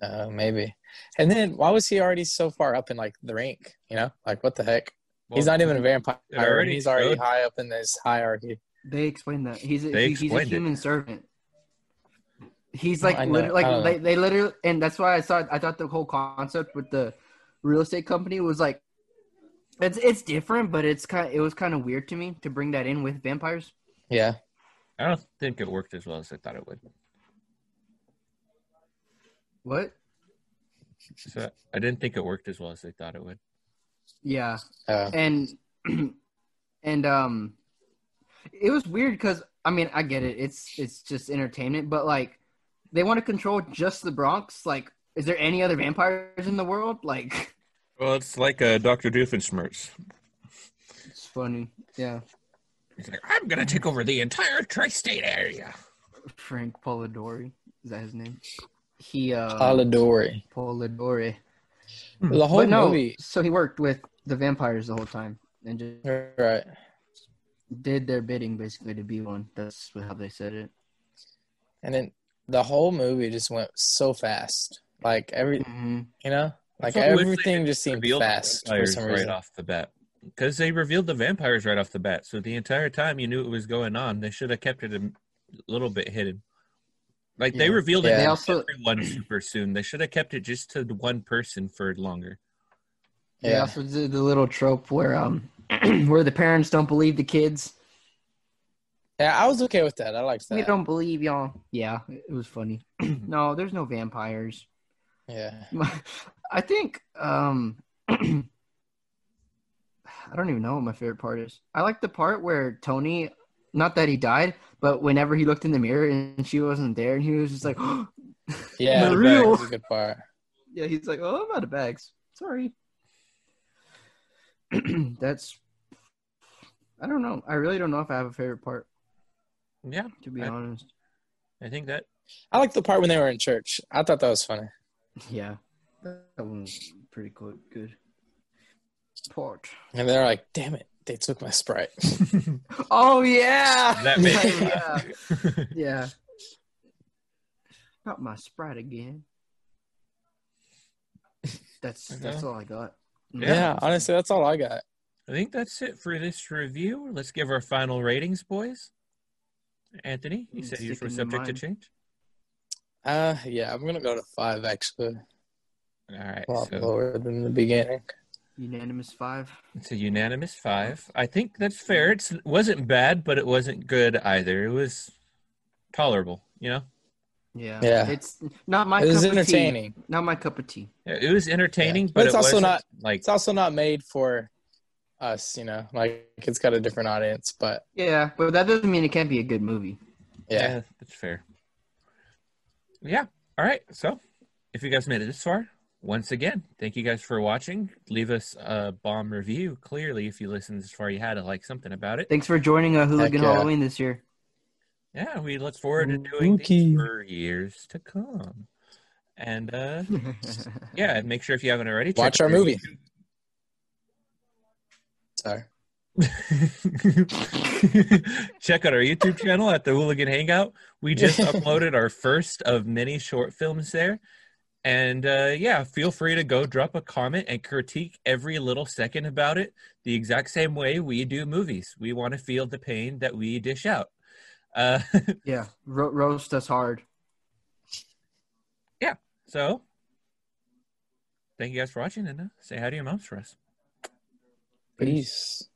Uh, maybe. And then why was he already so far up in like the rank? You know, like what the heck? he's Well, not even a vampire. it already he's already showed- high up in this hierarchy. They explained that he's a, They he- he's a explained it. human servant. He's No, like I know, literally, I like know. they, they literally, and that's why I saw. I thought the whole concept with the real estate company was like, it's it's different, but it's kind. It was kind of weird to me to bring that in with vampires. Yeah. I don't think it worked as well as I thought it would. What? So I didn't think it worked as well as I thought it would. Yeah, Uh, and and um, it was weird because I mean I get it. It's it's just entertainment, but like they want to control just the Bronx. Like, is there any other vampires in the world? Like. Well, it's like uh, Doctor Doofenshmirtz. It's funny. Yeah. He's like, I'm gonna take over the entire tri-state area. Frank Polidori. Is that his name? He uh Polidori. Polidori. The whole But no, movie. so he worked with the vampires the whole time and just Right. did their bidding basically to be one. That's how they said it. And then the whole movie just went so fast. Like every, you know, like I wish they everything didn't just seemed reveal the fast for vampires some right reason. off the bat because they revealed the vampires right off the bat. So the entire time you knew it was going on, they should have kept it a little bit hidden. Like they Yeah. revealed Yeah. it They to also- everyone super soon. They should have kept it just to the one person for longer. They Yeah. also did the little trope where um where the parents don't believe the kids. Yeah, I was okay with that. I liked We that. don't believe y'all. Yeah, it was funny. no, there's no vampires. Yeah. My- I think um I don't even know what my favorite part is. I like the part where Tony not that he died, but whenever he looked in the mirror and she wasn't there and he was just like "Oh, Yeah. The that real- was a good part. Yeah, he's like, Oh, I'm out of bags. Sorry. That's I don't know. I really don't know if I have a favorite part, Yeah, to be I- honest. I think that I liked the part when they were in church. I thought that was funny. Yeah. That one was pretty good good part. And they're like, damn it, they took my sprite. Oh yeah. that made yeah. me laugh. Yeah. Got my sprite again. That's that's all I got. Yeah. honestly, that's all I got. I think that's it for this review. Let's give our final ratings, boys. Anthony, you Hmm, said yours sticking were to subject to mine. change. Uh, yeah, I'm gonna go to five actually. All right, A lot so lower than the beginning. Unanimous five. it's a unanimous Uh-huh. five. I think that's fair. It wasn't bad, but it wasn't good either. It was tolerable. You know, Yeah. Yeah. It's not my It was cup entertaining. of tea. Not my cup of tea. it it was entertaining, Yeah. but, But it's it also wasn't, not- like It's also not made for us, you know. Like it's got a different audience, but Yeah, but that doesn't mean it can't be a good movie. yeah. eh, that's fair. Yeah. All right. So, if you guys made it this far, once again, thank you guys for watching. Leave us a bomb review. Clearly, if you listened this far, you had to like something about it. Thanks for joining a Hooligan yeah. Halloween this year. Yeah, we look forward to doing these Spooky. for years to come. And uh yeah, and make sure if you haven't already, check Watch out our movie. Sorry. check out our YouTube channel at the Hooligan Hangout. We just uploaded our first of many short films there. And uh, yeah, feel free to go drop a comment and critique every little second about it the exact same way we do movies. We want to feel the pain that we dish out. Uh, yeah. Ro- roast us hard. so, thank you guys for watching and uh, say hi to your moms for us. Peace.